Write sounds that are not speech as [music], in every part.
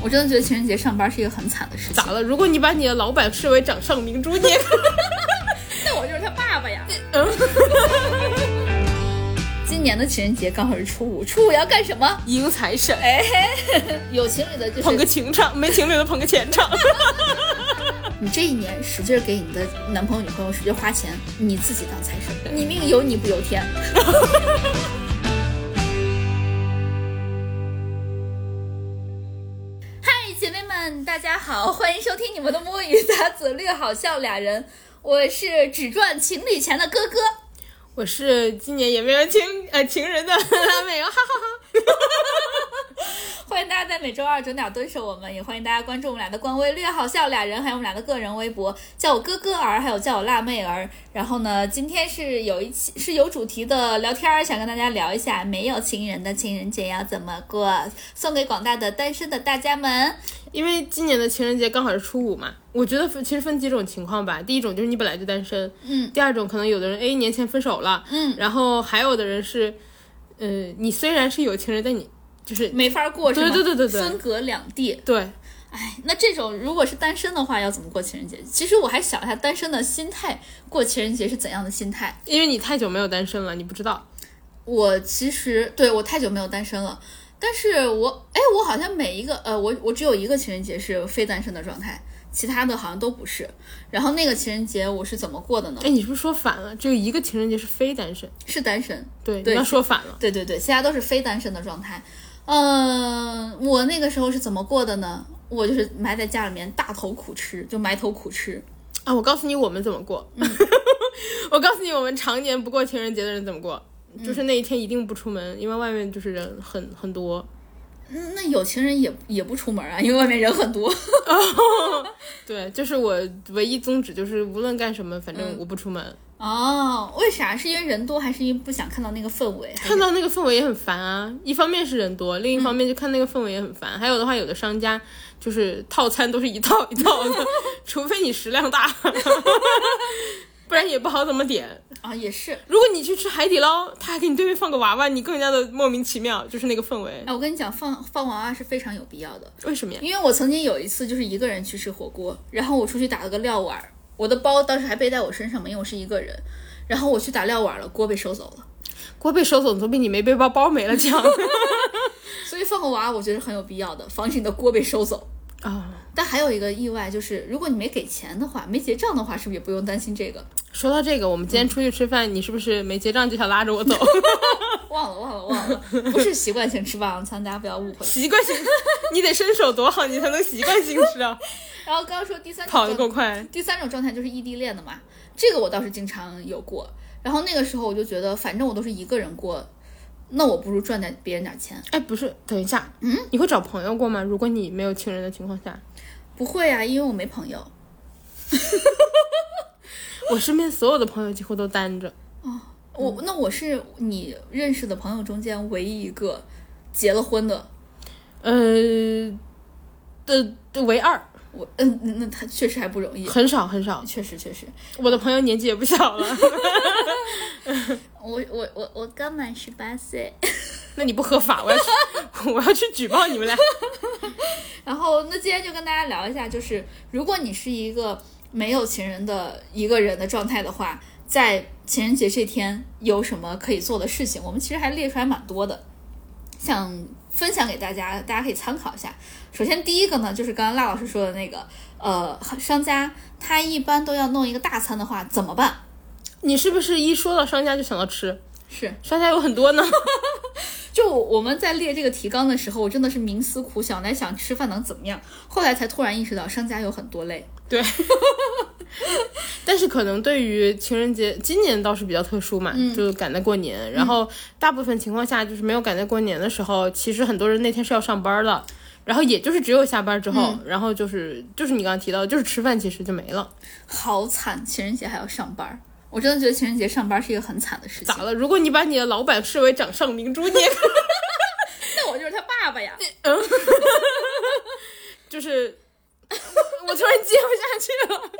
我真的觉得情人节上班是一个很惨的事情。咋了？如果你把你的老板视为掌上明珠，你也那我就是他爸爸呀。嗯 [laughs] 今年的情人节刚好是初五，初五要干什么？迎财神，哎，有情侣的就是捧个情场，没情侣的捧个钱场。你这一年使劲给你的男朋友、女朋友使劲花钱，你自己当财神，你命由你不由天。 [laughs] 嗨，姐妹们，大家好，欢迎收听你们的摸鱼杂子绿好笑俩人，我是只赚情侣钱的哥哥。我是今年也没有情呃情人的拉美哦哈哈哈。欢迎大家在每周二准点蹲守我们，也欢迎大家关注我们俩的官微“略好笑俩人”，还有我们俩的个人微博，叫我哥哥儿，还有叫我辣妹儿。然后呢，今天是有一期是有主题的聊天儿，想跟大家聊一下没有情人的情人节要怎么过，送给广大的单身的大家们。因为今年的情人节刚好是初五嘛，我觉得分其实分几种情况吧。第一种就是你本来就单身，嗯，第二种可能有的人哎年前分手了，嗯，然后还有的人是，呃，你虽然是有情人，但你就是没法过是吗？对对对对对分隔两地。对哎，那这种如果是单身的话，要怎么过情人节？其实我还想一下，单身的心态过情人节是怎样的心态？因为你太久没有单身了，你不知道。我其实对我太久没有单身了，但是我哎，我好像每一个呃，我我只有一个情人节是非单身的状态，其他的好像都不是。然后那个情人节我是怎么过的呢？哎，你是不是说反了？只有一个情人节是非单身，是单身，对，对你要说反了。对对对，其他都是非单身的状态。嗯、我那个时候是怎么过的呢？我就是埋在家里面大头苦吃，就埋头苦吃。啊，我告诉你我们怎么过。 [laughs] 我告诉你，我们常年不过情人节的人怎么过，就是那一天一定不出门，因为外面就是人很很多。嗯，那有情人也也不出门啊，因为外面人很多。 [laughs] 对，就是我唯一宗旨就是无论干什么，反正我不出门。哦，为啥？是因为人多，还是因为不想看到那个氛围？ [laughs] 还是看到那个氛围也很烦啊，一方面是人多，另一方面就看那个氛围也很烦。还有的话，有的商家就是套餐都是一套一套的， [laughs] 除非你食量大， [laughs] 不然也不好怎么点。啊，也是。如果你去吃海底捞，他还给你对面放个娃娃，你更加的莫名其妙，就是那个氛围。哎，我跟你讲，放放娃娃是非常有必要的，为什么呀？因为我曾经有一次就是一个人去吃火锅，然后我出去打了个料碗儿，我的包当时还背在我身上嘛，因为我是一个人，然后我去打料碗了，锅被收走了，锅被收走总比你没背包包没了 [laughs] 强所以放个娃娃我觉得是很有必要的，防止你的锅被收走。啊！但还有一个意外就是，如果你没给钱的话，没结账的话，是不是也不用担心这个？ [laughs] 说到这个，我们今天出去吃饭，你是不是没结账就想拉着我走？忘了忘了忘了，不是习惯性吃霸王餐，大家不要误会。 [laughs] 习惯性，你得伸手多好，你才能习惯性吃 [laughs] 啊！然后刚刚说第三种跑得状够快。第三种状态就是异地恋的嘛，这个我倒是经常有过。然后那个时候我就觉得，反正我都是一个人过，那我不如赚点别人点钱。哎，不是，等一下，嗯，你会找朋友过吗？如果你没有情人的情况下，不会啊，因为我没朋友。我身边所有的朋友几乎都单着。我、那我是你认识的朋友中间唯一一个结了婚的。呃，的的唯二，我嗯，那那他确实还不容易，很少很少。确实确实。我的朋友年纪也不小了， [laughs] 我我我我刚满十八岁，那你不合法，我要去， [laughs] 我要去举报你们俩。然后那今天就跟大家聊一下，就是如果你是一个没有情人的一个人的状态的话，在情人节这天有什么可以做的事情？我们其实还列出来蛮多的，想分享给大家，大家可以参考一下。首先第一个呢，就是刚刚辣老师说的那个，呃，商家他一般都要弄一个大餐的话怎么办？你是不是一说到商家就想到吃？是，商家有很多呢。就我们在列这个提纲的时候，我真的是冥思苦想，来想吃饭能怎么样，后来才突然意识到商家有很多类。对，但是可能对于情人节，今年倒是比较特殊嘛，就赶在过年。然后大部分情况下，就是没有赶在过年的时候，其实很多人那天是要上班的。然后也就是只有下班之后，然后就是就是你刚刚提到的，就是吃饭其实就没 [laughs] 了。好惨，情人节还要上班儿。我真的觉得情人节上班是一个很惨的事情咋。了？如果你把你的老板视为掌上明珠，你也 [laughs] 那我就是他爸爸呀！就是。我突然接不下去了，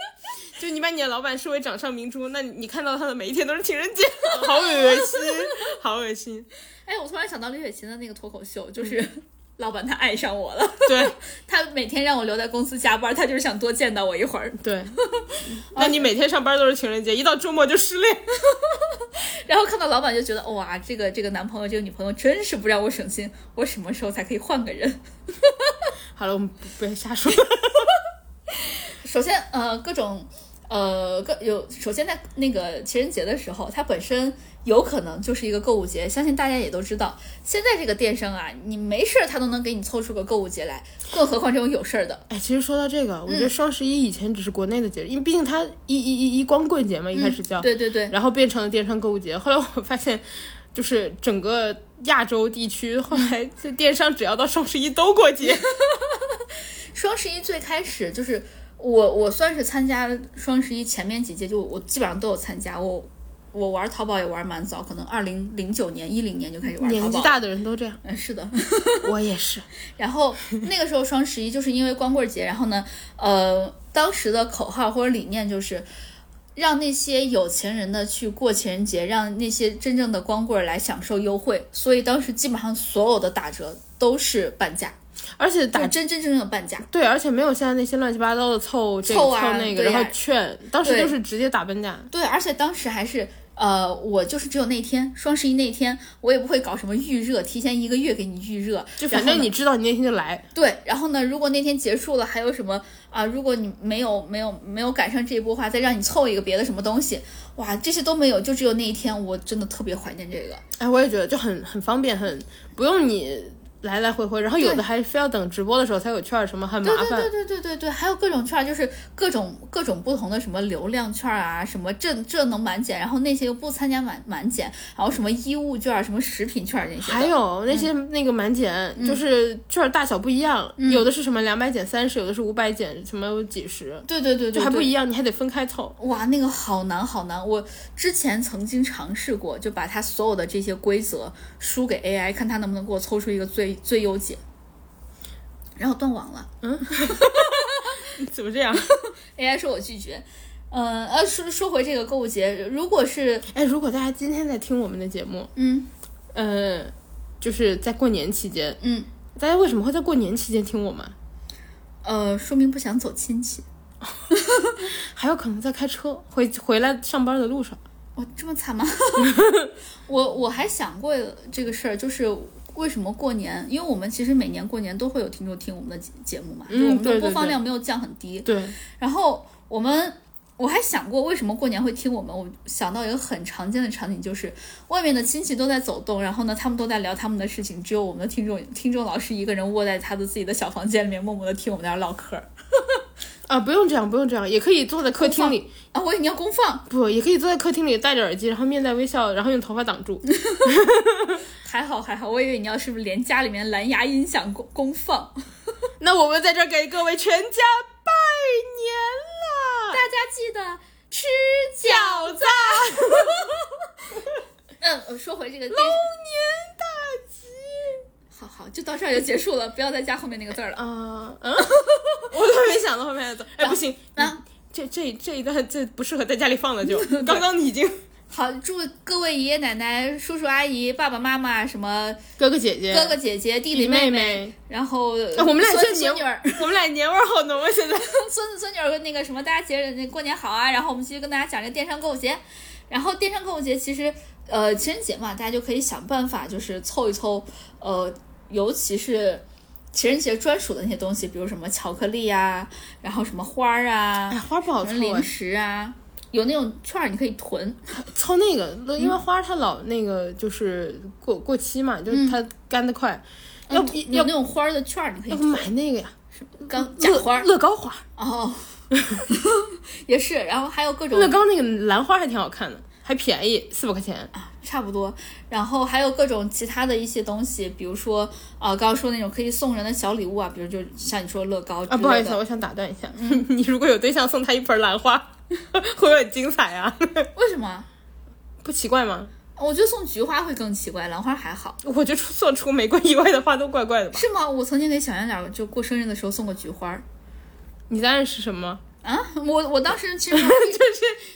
就你把你的老板视为掌上明珠，那你看到他的每一天都是情人节，好恶心，好恶心。嗯哎，我突然想到李雪琴的那个脱口秀，就是、 [laughs] 老板他爱上我了， [laughs] 对他每天让我留在公司加班，他就是想多见到我一会儿。 [laughs] 对，那你每天上班都是情人节，一到周末就失恋， [laughs] 然后看到老板就觉得哇，这个这个男朋友这个女朋友真是不让我省心，我什么时候才可以换个人？好了，我们不要瞎说。 [laughs] 首先，呃，各种，呃，各有，首先在那个情人节的时候，它本身有可能就是一个购物节，相信大家也都知道。现在这个电商啊，你没事儿他都能给你凑出个购物节来，更何况这种有事儿的。哎，其实说到这个，我觉得双十一以前只是国内的节日，因为毕竟它一一一一光棍节嘛，一开始叫，对对对，然后变成了电商购物节。后来我发现，就是整个亚洲地区，后来就电商只要到双十一都过节。双十一最开始就是我，我算是参加双十一前面几届，就我基本上都有参加。我我玩淘宝也玩蛮早，可能二零零九年、一零年就开始玩淘 [laughs] 年纪宝。大的人都 [laughs] 这样，嗯，是的。我也是。然后那个时候双十一就是因为光棍节，然后呢，呃，当时的口号或者理念就是让那些有钱人的去过情人节，让那些真正的光棍儿来享受优惠。所以当时基本上所有的打折都是半价， [laughs] 而且打就真真正正的半价。对，而且没有现在那些乱七八糟的凑这个凑凑啊那个，对然后呀劝，当时对就是直接打半价。对，而且当时还是。呃，我就是只有那天双十一那天，我也不会搞什么预热，提前一个月给你预热，就然反后正呢你知道你那天就来，对，然后呢，如果那天结束了，还有什么啊、如果你没有没有没有赶上这一波的话，再让你凑一个别的什么东西，哇，这些都没有，就只有那一天，我真的特别怀念这个。哎，我也觉得就很很方便，很不用你来来回回，然后有的还非要等直播的时候才有券儿什么，很麻对烦。对对对对对对，还有各种券儿，就是各种各种不同的什么流量券儿啊，什么这这能满减，然后那些又不参加满满减，然后什么衣物券儿、什么食品券儿那些的。还有那些那个满减，嗯就是券儿大小不一样，有的是什么两百减三十，有的是五百减什么几十，对对对对就还不对一样，你还得分开 [laughs] 凑。哇，那个好难好难！我之前曾经尝试过，就把它所有的这些规则输给 AI，看它能不能给我抽出一个最最优解。然后断网了怎么这样？ ，AI 说我拒绝。嗯呃，说说回这个购物节，如果是哎，如果大家今天在听我们的节目，嗯呃，就是在过年期间，嗯大家为什么会在过年期间听我们？呃，说明不想走亲戚。还有可能在开车回回来上班的路上。哇，这么惨吗？ [laughs] 我我还想过这个事儿，就是为什么过年，因为我们其实每年过年都会有听众听我们的节节目嘛，就嗯我们对的对播放对量没有降很低。对，然后我们我还想过，为什么过年会听我们？我想到一个很常见的场景，就是外面的亲戚都在走动，然后呢，他们都在聊他们的事情，只有我们的听众听众老师一个人窝在他的自己的小房间里面，默默的听我们在那儿唠嗑儿 [laughs] 啊，不用这样，不用这样，也可以坐在客厅里，啊！我以为你要公放，不，也可以坐在客厅里戴着耳机，然后面带微笑，然后用头发挡 [laughs] 住。还好还好，我以为你要是不是连家里面蓝牙音响公公放？那我们在这儿给各位全家拜年大啦！家记得吃饺子。嗯，呃说回这个电视，年大吉！好好，就到这儿就结束了，不要再加后面那个字儿了。啊、嗯， [laughs] 我都没想到后面的字。哎，不行，那这这这一段这不适合在家里放了 [laughs] 就，刚刚你已经好，祝各位爷爷奶奶、叔叔阿姨、爸爸妈妈、什么哥哥姐姐哥哥姐姐、弟弟弟妹妹， [laughs] 妹，然后啊我们俩孙这孙年女儿、我们俩年味儿好浓啊！现在孙子孙女儿 [laughs] 跟那个什么，大家节日那过年好啊！然后我们继续跟大家讲这个电商购物节。然后电商购物节其实，呃，情人节嘛，大家就可以想办法，就是凑一凑，呃，尤其是情人节专属的那些东西，比如什么巧克力啊，然后什么花儿啊，哎，花不好什凑么零哎，食啊，有那种券儿你可以囤。凑那个，因为花它老那个就是过过期嘛，就是它干得快，要不嗯有要那种花儿的券儿你可要以不买那个呀？刚假乐花儿乐高花，哦， [laughs] 也是，然后还有各种乐高那个兰花还挺好看的，还便宜，四百块钱。差不多，然后还有各种其他的一些东西，比如说呃，刚刚说那种可以送人的小礼物啊，比如就像你说乐高之啊，不好类意思，的。我想打断一下，嗯 [laughs] 你如果有对象送他一盆兰花， [laughs] 会不会很精彩啊？为什么？不奇怪吗？我觉得送菊花会更奇怪，兰花还好，我觉得除做除玫瑰以外的花都怪怪的吧？是吗？我曾经给小圆脸儿就过生日的时候送过菊花儿你在暗示什么？啊，啊，我我当时其 [laughs] 实就是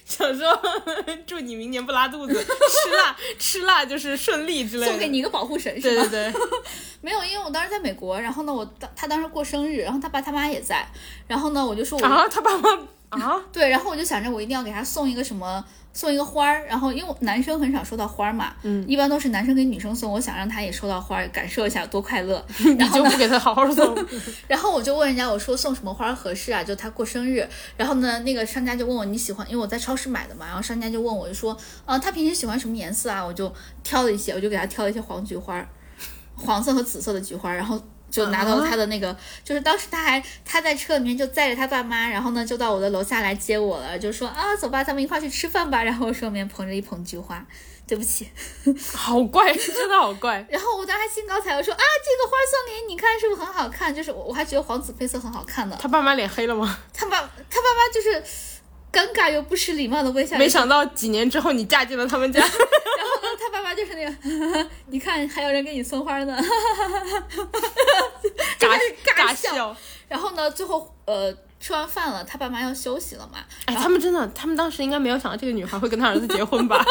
想说 [laughs] 祝你明年不拉肚子，吃辣吃辣就是顺利之类的。送给你一个保护 [laughs] 神对是对吗？对，没有，因为我当时在美国，然后呢，我当他当时过生日，然后他爸他妈也在，然后呢，我就说我、啊，他爸妈 [laughs] 啊，对，然后我就想着我一定要给他送一个什么，送一个花儿。然后因为男生很少收到花儿嘛，嗯，一般都是男生给女生送，我想让他也收到花儿，感受一下多快乐。你就不给他好好送，然后我就问人家，我说送什么花儿合适啊？就他过生日，然后呢，那个商家就问我你喜欢，因为我在超市买的嘛，然后商家就问我就说，呃，他平时喜欢什么颜色啊？我就挑了一些，我就给他挑了一些黄菊花儿， [laughs] 黄色和紫色的菊花儿，然后。就拿到了他的那个，就是当时他还他在车里面就载着他爸妈，然后呢就到我的楼下来接我了，就说啊走吧，咱们一块儿去吃饭吧。然后我手里面捧着一捧菊花，对不起， [laughs] 好怪，真的好怪。然后我当时还兴高采烈说啊，这个花送给你，你看是不是很好看？就是我我还觉得黄紫配色很好看呢。他爸妈脸黑了吗？ [laughs] 他爸他爸妈就是尴尬又不失礼貌的微笑，没想到几年之后你嫁进了 [laughs] 他们家，然后呢，他爸妈就是那个，你看还有人给你送花呢。 [laughs] [laughs] 嘎尬尬笑笑。然后呢，最后呃吃完饭了，他爸妈要休息了嘛。哎，他们真的，他们当时应该没有想到这个女孩会跟他儿子结婚 [laughs] 吧？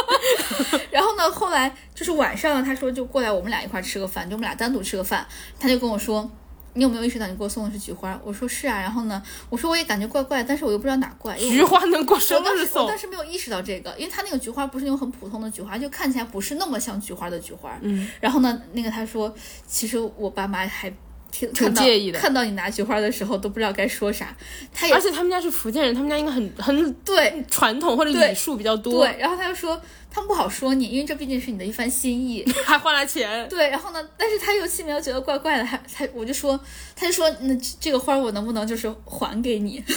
然后呢，后来就是晚上，他说就过来我们俩一块儿吃个饭，就我们俩单独吃个饭。他就跟我说，你有没有意识到你给我送的是菊花？我说是啊。然后呢，我说我也感觉怪怪，但是我又不知道哪怪。因为我菊花能过我生当日时我送当？时没有意识到这个，因为他那个菊花不是那种很普通的菊花，就看起来不是那么像菊花的菊花。嗯，然后呢，那个他说，其实我爸妈还挺挺看到介意的啊看到你拿菊花的时候都不知道该说啥。他也而且他们家是福建人，他们家应该很很对传统或者对礼数比较多，对，然后他就说他们不好说你，因为这毕竟是你的一番心 [laughs] 意。还花了钱。对，然后呢，但是他又气没有觉得怪怪的，他他我就说，他就说，那这这个花我能不能就是还给你？ [laughs]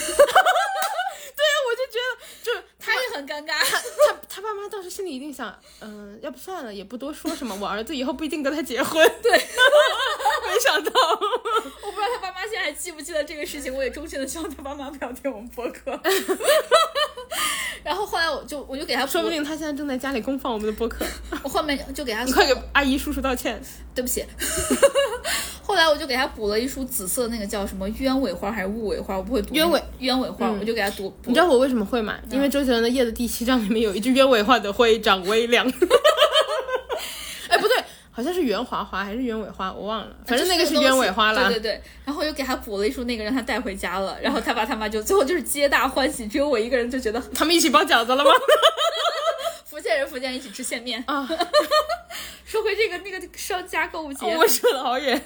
我就觉得，就是他也很尴尬。他他爸妈当时心里一定想，嗯、要不算了，也不多说什么，我儿子以后不一定跟他结婚。对， [laughs] 没想到， [laughs] 我不知道他爸妈现在还记不记得这个事情， [laughs] 我也衷心的希望他爸妈不要听我们播 [laughs] 客。然后后来我就我就给他补说不定他现在正在家里公放我们的播客，我后面就给他 [laughs] 你快给阿姨叔叔道歉。对不起， [laughs] 后来我就给他补了一束紫色那个叫什么鸢尾花还是雾尾花，我不会读鸢尾鸢尾嗯花，我就给他读。你知道我为什么会买？因为周杰伦的《夜的第七章》里面有一句鸢尾花的会长微凉。 [laughs] 哎，不对，好像是袁华华还是鸢尾花，我忘了，反正那个是鸢尾花啦。对对对，然后又给他补了一束那个，让他带回家了。然后他爸他妈就最后就是皆大欢喜，只有我一个人就觉得他们一起包饺 [laughs] 子了吗？福建人福建人一起吃线面啊。 [laughs] 说回这个那个商家购物节，我扯了好远，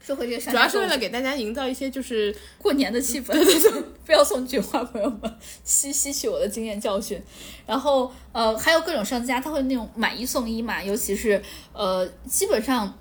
说回这个商主家要是购为物了节给大家营造一些就是过年的气 [laughs] 氛，对对对，不要送菊花，朋友们，吸吸取我的经验教训。然后呃，还有各种商家，他会那种买一送一嘛，尤其是呃，基本上。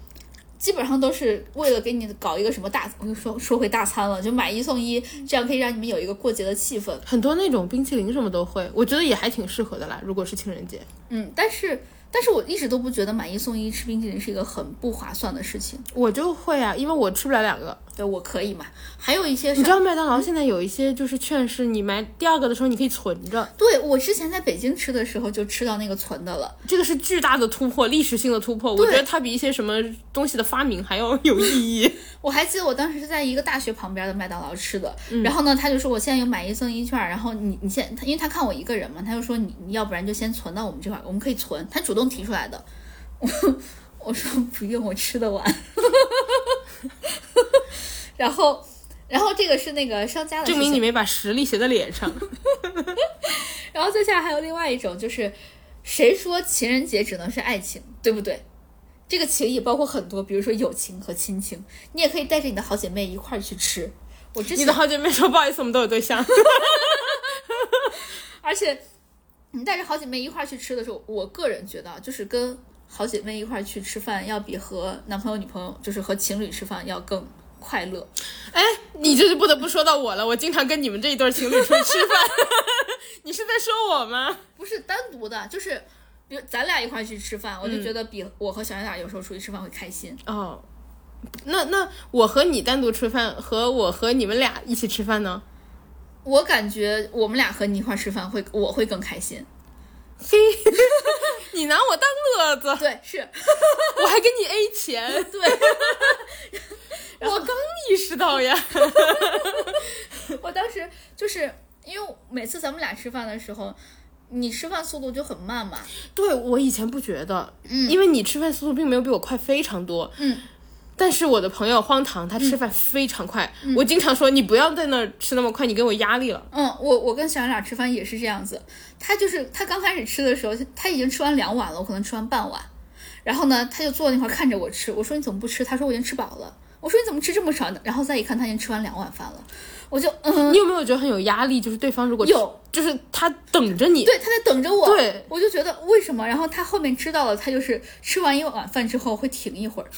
基本上都是为了给你搞一个什么大，我就说说回大餐了，就买一送一，这样可以让你们有一个过节的气氛。很多那种冰淇淋什么都会，我觉得也还挺适合的啦。如果是情人节，嗯，但是但是我一直都不觉得买一送一吃冰淇淋是一个很不划算的事情。我就会啊，因为我吃不了两个。对，我可以嘛。还有一些你商知道麦当劳现在有一些就是券是你买第二个的时候你可以存着，对我之前在北京吃的时候就吃到那个存的了，这个是巨大的突破，历史性的突破。我觉得它比一些什么东西的发明还要 [laughs] 有意义。我还记得我当时是在一个大学旁边的麦当劳吃的，嗯然后呢，他就说我现在有买一赠一券儿，然后你你先，他因为他看我一个人嘛，他就说你你要不然就先存到我们这块儿，我们可以存，他主动提出来的。我我说不用，我吃得完。 [laughs] 然后，然后这个是那个商家的证事明情你没把实力写在脸 [laughs] 上。然后再下来还有另外一种，就是谁说情人节只能是爱情，对不对？这个情也包括很多，比如说友情和亲情，你也可以带着你的好姐妹一块儿去吃。我之你前的好姐妹说不好意思，我们都有对象。而且你带着好姐妹一块儿去吃的时候，我个人觉得啊，就是跟好姐妹一块儿去吃饭，要比和男朋友、女朋友，就是和情侣吃饭要更快乐。 [laughs] 哎，你这就不得不说到我了。我经常跟你们这一对情侣出去吃饭， [laughs] 你是在说我吗？不是单独的，就是比如咱俩一块儿去吃饭，我就觉得比我和小圆脸有时候出去吃饭会开心。哦，那那我和你单独吃饭，和我和你们俩一起吃饭呢？我感觉我们俩和你一块儿吃饭会，我会更开心。嘿， [laughs] 你拿我当乐子，对，是 [laughs] [laughs] 我还给你 A [laughs] 钱，对。我刚意识到呀。我当时就是因为每次咱们俩吃饭的时候，你吃饭速度就很慢嘛。对我以前不觉得，嗯，因为你吃饭速度并没有比我快非常多，嗯。但是我的朋友荒唐，他吃饭非常快，我经常说你不要在那儿吃那么快，你给我压力了。嗯，我我跟小杨俩吃饭也是这样子，他就是他刚开始吃的时候，他已经吃完两碗了，我可能吃完半碗，然后呢，他就坐那块儿看着我吃，我说你怎么不吃？他说我已经吃饱了。我说你怎么吃这么少呢？然后再一看，他已经吃完两碗饭了，我就嗯，你有没有觉得很有压力？就是对方如果有，就是他等着你，对，他在等着我，对，我就觉得为什么？然后他后面知道了，他就是吃完一碗饭之后会停一会儿，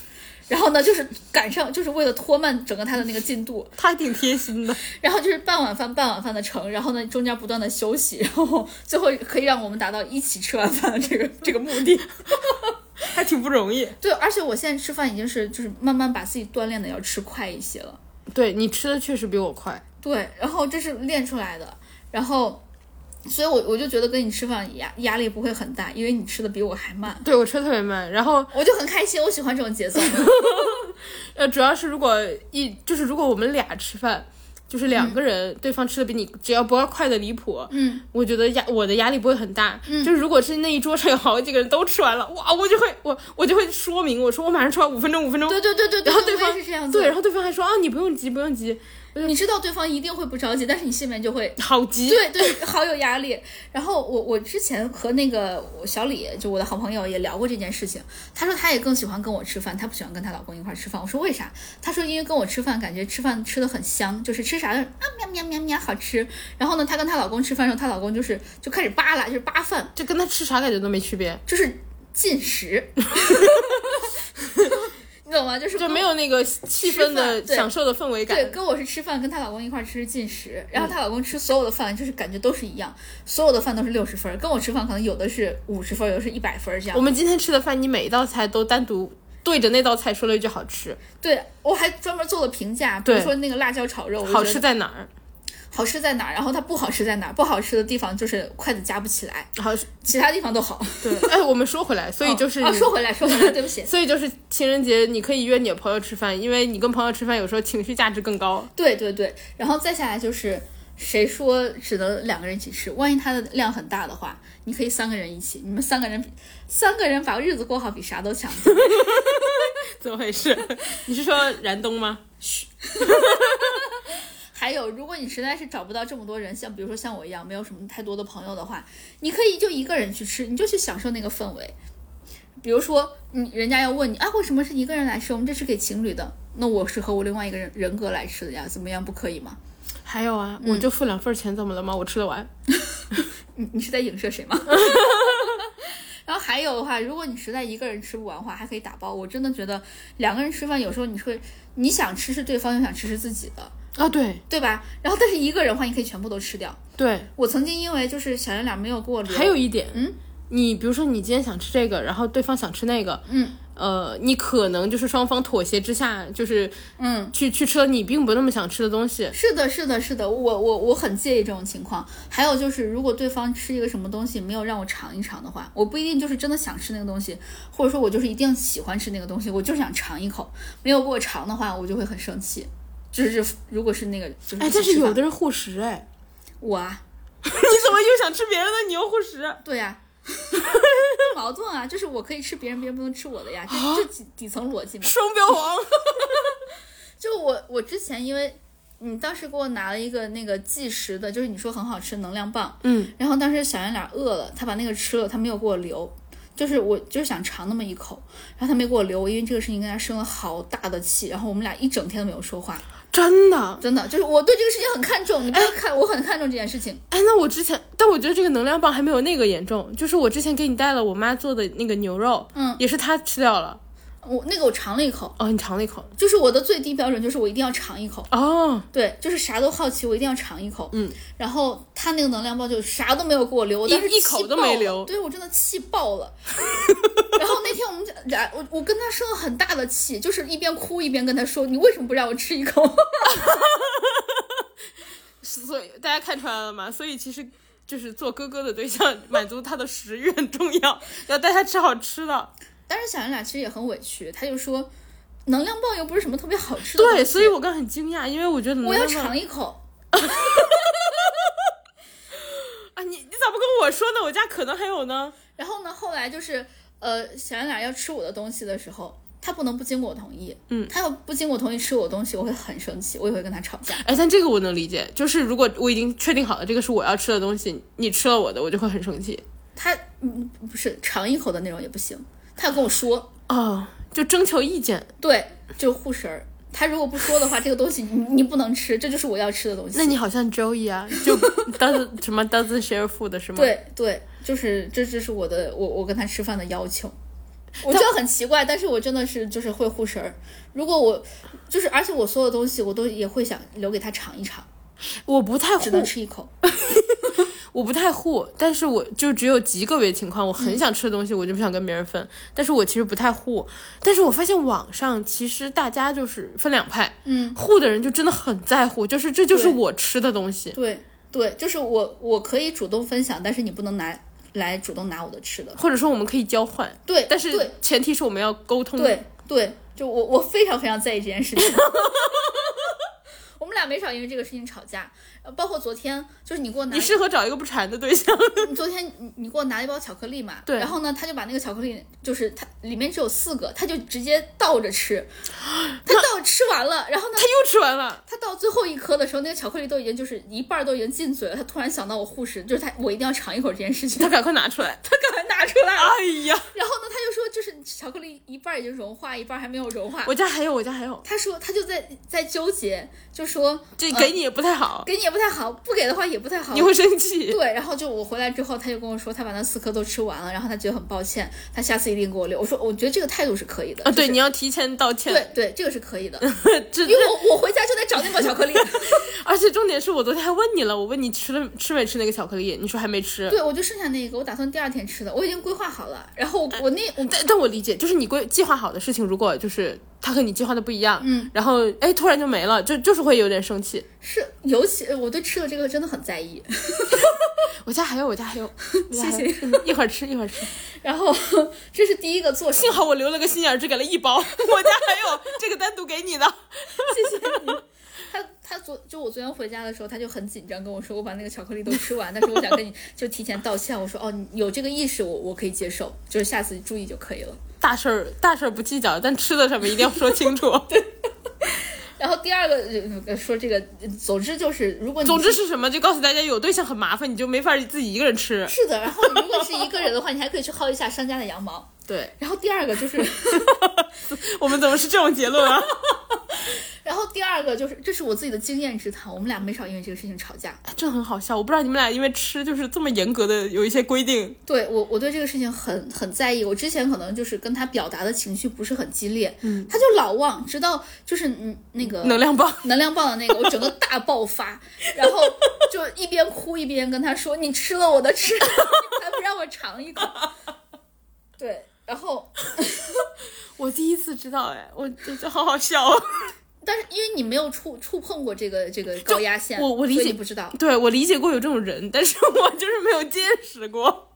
然后呢，就是赶上，就是为了拖慢整个他的那个进度，他还挺贴心 [laughs] 的。然后就是半碗饭半碗饭的盛，然后呢中间不断的休息，然后最后可以让我们达到一起吃完饭的这个这个目的。还挺不容易。对，而且我现在吃饭已经是就是慢慢把自己锻炼的要吃快一些了。对你吃的确实比我快，对，然后这是练出来的，然后，所以我我就觉得跟你吃饭压压力不会很大，因为你吃的比我还慢，对我吃的特别慢。然后我就很开心，我喜欢这种节奏。 [laughs] 呃，主要是如果一就是如果我们俩吃饭，就是两个人，对方吃的比你只要不要快的离谱，嗯，我觉得压我的压力不会很大。就是如果是那一桌上有好几个人都吃完了，哇，我就会我我就会说明，我说我马上吃完五分钟，五分钟。对对对对对，然后对我也方是这样子。对，然后对方还说啊，你不用急，不用急，你知道对方一定会不着急，但是你心里面就会好急。对对，好有压力。然后我我之前和那个我小李，就我的好朋友也聊过这件事情。她说她也更喜欢跟我吃饭，她不喜欢跟她老公一块儿吃饭。我说为啥？她说因为跟我吃饭，感觉吃饭吃的很香，就是吃啥都是啊喵喵喵喵好吃。然后呢，她跟她老公吃饭的时候，她老公就是就开始扒拉，就是扒饭，就跟他吃啥感觉都没区别，就是进食， [laughs] 你懂吗？就是就没有。有那个气吃氛饭的对享受的氛围感。嗯对，跟我是吃饭，跟她老公一块儿吃是进食，然后她老公吃所有的饭就是感觉都是一样，所有的饭都是六十分儿，跟我吃饭可能有的是五十分儿，有的是一百分儿这我样。们今天吃的饭，你每一道菜都单独对着那道菜说了一句好吃，对我还专门做了评价，比如对说那个辣椒炒肉，我就好觉吃得在哪儿？好吃在哪儿，然后它不好吃在哪儿，不好吃的地方就是筷子夹不起来，好吃其他地方都好。对。 [laughs] 哎，我们说回来，所以就是哦啊，你说回来，说回来，对不起，所以就是情人节，你可以约你的朋友吃饭，因为你跟朋友吃饭有时候情绪价值更高。对对对，然后再下来就是。谁说只能两个人一起吃？万一它的量很大的话，你可以三个人一起，你们三个人比三个人把日子过好比啥都强。 [laughs] 怎么回事？ [laughs] 你是说燃冬吗？还有，如果你实在是找不到这么多人，像比如说像我一样，没有什么太多的朋友的话，你可以就一个人去吃，你就去享受那个氛围。比如说，你人家要问你啊，为什么是一个人来吃？我们这是给情侣的，那我是和我另外一个人人格来吃的呀，怎么样不可以吗？还有啊，我就付两份钱，怎么了吗？我吃得完。你你是在影射谁吗？ [laughs] 然后还有的话，如果你实在一个人吃不完的话，还可以打包。我真的觉得两个人吃饭，有时候你会你想吃是对方，又想吃是自己的，啊，对对吧？然后但是一个人的话，你可以全部都吃掉。对，我曾经因为就是小圆脸没有给我留，还有一点，嗯，你比如说你今天想吃这个，然后对方想吃那个，嗯，呃，你可能就是双方妥协之下，就是嗯，去去吃了你并不那么想吃的东西。是的，是的，是的，我我我很介意这种情况。还有就是，如果对方吃一个什么东西没有让我尝一尝的话，我不一定就是真的想吃那个东西，或者说我就是一定喜欢吃那个东西，我就是想尝一口，没有给我尝的话，我就会很生气。就是如果是那个，就是哎，一起但是吃饭有的人护食哎，我啊， [laughs] 你怎么又想吃别人的，你又护食？对 [laughs] 呀、 [laughs] 矛盾啊，就是我可以吃别人，别人不能吃我的呀，这啊这底底层逻辑嘛。双标王， [laughs] 就我我之前因为你当时给我拿了一个那个计时的，就是你说很好吃能量棒，嗯，然后当时小圆脸饿了，他把那个吃了，他没有给我留。就是我就是想尝那么一口，然后他没给我留，我因为这个事情跟他生了好大的气，然后我们俩一整天都没有说话，真的。真的就是我对这个事情很看重，你不要看、我很看重这件事情，哎，那我之前，但我觉得这个能量棒还没有那个严重，就是我之前给你带了我妈做的那个牛肉，嗯，也是她吃掉了。我那个我尝了一口，哦，你尝了一口。就是我的最低标准就是我一定要尝一口，哦，对，就是啥都好奇，我一定要尝一口。嗯，然后他那个能量包就啥都没有给我留，我当时一一气口都爆没了留对我真的气爆了。然后那天我们俩俩，我我跟他生了很大的气，就是一边哭一边跟他说：“你为什么不让我吃一口 [laughs] 所以大家看出来了吗？所以其实就是做哥哥的对象，满足他的食欲很重要，要带他吃好吃的。？”当时小圆俩其实也很委屈，他就说：“能量棒又不是什么特别好吃的东西，对，所以我刚很惊讶，因为我觉得能我要量棒尝一口。”啊我说呢，我家可能还有呢。然后呢，后来就是呃，小圆脸要吃我的东西的时候，他不能不经过我同意。嗯，他要不经过我同意吃我东西，我会很生气，我也会跟他吵架。哎，但这个我能理解，就是如果我已经确定好了这个是我要吃的东西，你吃了我的，我就会很生气。他嗯，不是尝一口的那种也不行，他要跟我说，哦，就征求意见。对，就是护食儿。他如果不说的话，这个东西你你不能吃，这就是我要吃的东西。那你好像 Joey 啊，就 does [laughs] 什么 doesn't share food 是吗？，对对，就是这这是我的我我跟他吃饭的要求。我觉得很奇怪，但是我真的是就是会护食儿。如果我就是，而且我所有东西我都也会想留给他尝一尝，我不太护只，能吃一口。我不太护，但是我就只有极个别情况，我很想吃的东嗯西，我就不想跟别人分。但是我其实不太护，但是我发现网上其实大家就是分两派，嗯，护的人就真的很在乎，就是这就是对我吃的东西，对对，就是我我可以主动分享，但是你不能拿来主动拿我的吃的。或者说我们可以交换，对，但是对前提是我们要沟通。对对，就我我非常非常在意这件 [laughs] 事情。我们俩没少因为这个事情吵架，呃包括昨天，就是你给我拿你适合找一个不馋的 [laughs] 对象。你昨天你你给我拿了一包巧克力嘛，对然后呢，他就把那个巧克力，就是它里面只有四个，他就直接倒着 [gasps] 吃，他倒着吃完了，然后呢他，又吃完了，他到最后一颗的时候，那个巧克力都已经就是一半儿都已经进嘴了，他突然想到我护食，就是他我一定要尝一口这件事情， [laughs] 他赶快拿出来。他赶快拿出来了，哎呀，然后呢，他就说就是巧克力一半儿已经融化，一半儿还没有融化，我家还有，我家还有，他说他就在在纠结，就说这呃给你也不太好，给你也不太好，不给的话也不太好，你会生气。对，然后就我回来之后，他就跟我说，他把那四颗都吃完了，然后他觉得很抱歉，他下次一定给我留。我说，我觉得这个态度是可以的 [laughs] 啊，对，你要提前道歉。对对，这个是可以的， [laughs] 这因为我我回家就得找那包巧克 [laughs] 力。而且重点是我昨天还问你了，我问你吃了吃没吃那个巧克力，你说还没吃。对，我就剩下那个，我打算第二天吃的，我已经规划好了。然后我那我但但我理解，就是你规计划好的事情，如果就是它和你计划的不一样，嗯，然后哎突然就没了，就就是会有点生气。是尤其我对吃的这个真的很在意。我家还有，我家还有，我家还有谢嗯一会儿吃一会儿吃。然后 [laughs] 这是第一个做事，幸好我留了个心眼儿，只给了一包。我家还有，这个单独给你的。谢谢你。 [laughs] 他他昨就我昨天回家的时候，他就很紧张跟我说，我把那个巧克力都吃完，但是我想跟你就提前道歉。我说哦，你有这个意识我，我可以接受，就是下次注意就可以了。大事儿大事儿不计较，但吃的上面一定要说清楚。然后第二个呃说这个，总之就是，如果你总之是什么，就告诉大家有对象很麻烦，你就没法自己一个人吃。是的，然后如果是一个人的话，你还可以去薅一下商家的羊毛。对，然后第二个就是，我们怎么是这种结论啊？然后第二个就是，这是我自己的经验之谈，我们俩没少因为这个事情吵架。这很好笑，我不知道你们俩因为吃就是这么严格的有一些规定。对我，我对这个事情很很在意。我之前可能就是跟他表达的情绪不是很激烈，嗯，他就老忘，直到就是嗯那个能量棒，能量棒的那个，我整个大爆发，然后就一边哭一边跟他说：“你吃了我的吃， [laughs] 你还不让我尝一口。”对，然后我第一次知道，哎，我这这好好笑、哦。但是因为你没有触触碰过这个这个高压线，我我理解所以你不知道。 [laughs] 对我理解过有这种人，但是我就是没有见识过。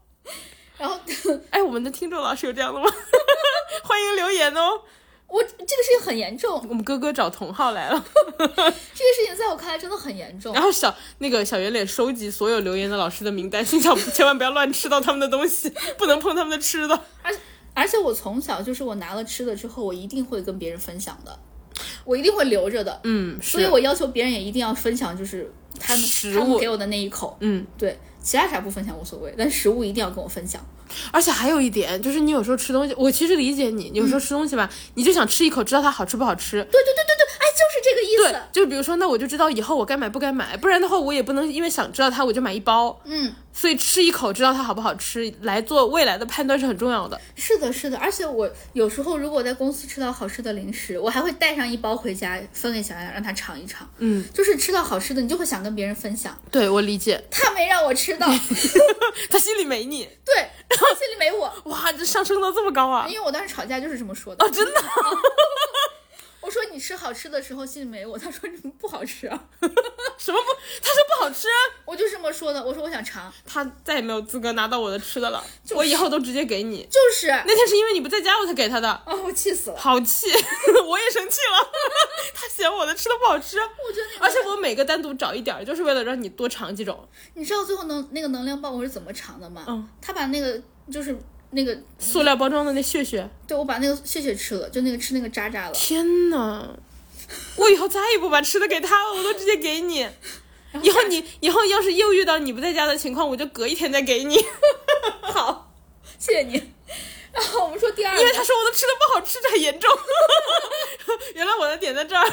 然后 [laughs] 哎，我们的听众老师有这样的吗？ [laughs] 欢迎留言哦。我这个事情很严重，我们哥哥找同号来了， [laughs] 这个事情在我看来真的很严重然。后小那个小圆脸收集所有留言的老师的名单，心想千万不要乱吃到他们的东西， [laughs] 不能碰他们的吃的。而且我从小就是我拿了吃的之后，我一定会跟别人分享的，我一定会留着的。嗯，所以我要求别人也一定要分享，就是他们食他们物给我的那一口。嗯，对，其他啥不分享无所谓，但食物一定要跟我分享。而且还有一点就是，你有时候吃东西，我其实理解你，你有时候吃东西吧，你就想吃一口，知道它好吃不好吃。对对对对对，哎，就是这个意对思。，就比如说，那我就知道以后我该买不该买，不然的话我也不能因为想知道它我就买一包。嗯，所以吃一口知道它好不好吃，来做未来的判断是很重要的。是的，是的。而且我有时候如果在公司吃到好吃的零食，我还会带上一包回家分给小杨，让他尝一尝。嗯，就是吃到好吃的，你就会想跟别人分享。对我理解，他没让我吃 [laughs] 到，他心里没你，对，他心里没我，哎哇，这上升到这么高啊！哦因为我当时吵架就是这么说的。哦，真的，我我说你吃好吃的时候信没我，他 [laughs] 说你不好吃啊， [laughs] 什么不？他说不好吃、啊，我就这么说的。我说我想尝，他再也没有资格拿到我的吃的了。我以后都直接给你。就是啊、那天是因为你不在家，我才给他的。我气死 [laughs] 了。好气，我也生气了。 [laughs] 他嫌我的吃的不好吃，我觉得那个而且我每个单独找一点儿，就是为了让你多尝几种。你知道最后能那个能量棒我是怎么尝的吗？嗯，他把那个就是那个，塑料包装的那屑屑，对我把那个屑屑吃了，就那个吃那个渣渣了。天呐，我以后再也不把吃的给他了，我都直接给你。以后你以后要是又遇到你不在家的情况，我就隔一天再给你，因好，谢谢你。 [laughs] 然后我们说第二个，为他说我的吃的不好吃，这很严重。 [laughs] 原来我的点在这儿。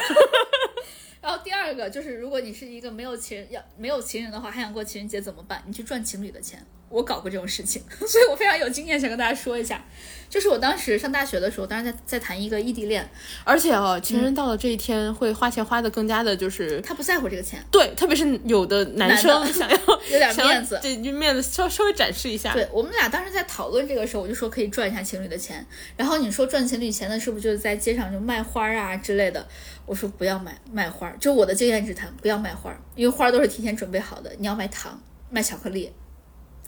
然后第二个就是，如果你是一个没有情人要没有情人的话，还想过情人节怎么办？你去赚情侣的钱。我搞过这种事情， [laughs] 所以我非常有经验，想跟大家说一下。就是我当时上大学的时候，当时在在谈一个异地恋，而且哦，情人到了这一天，会花钱花的更加的，就是他不在乎这个钱。对，特别是有的嗯男男生的想 [laughs] 要有点想要面子对，就面子稍稍微展示一下。对我们俩当时在讨论这个时候，我就说可以赚一下情侣的钱。然后你说赚情侣钱的，是不是就是在街上就卖花啊之类的？我说不要买卖花，就我的经验之谈，不要买花，因为花都是提前准备好的。你要买糖，买巧克力，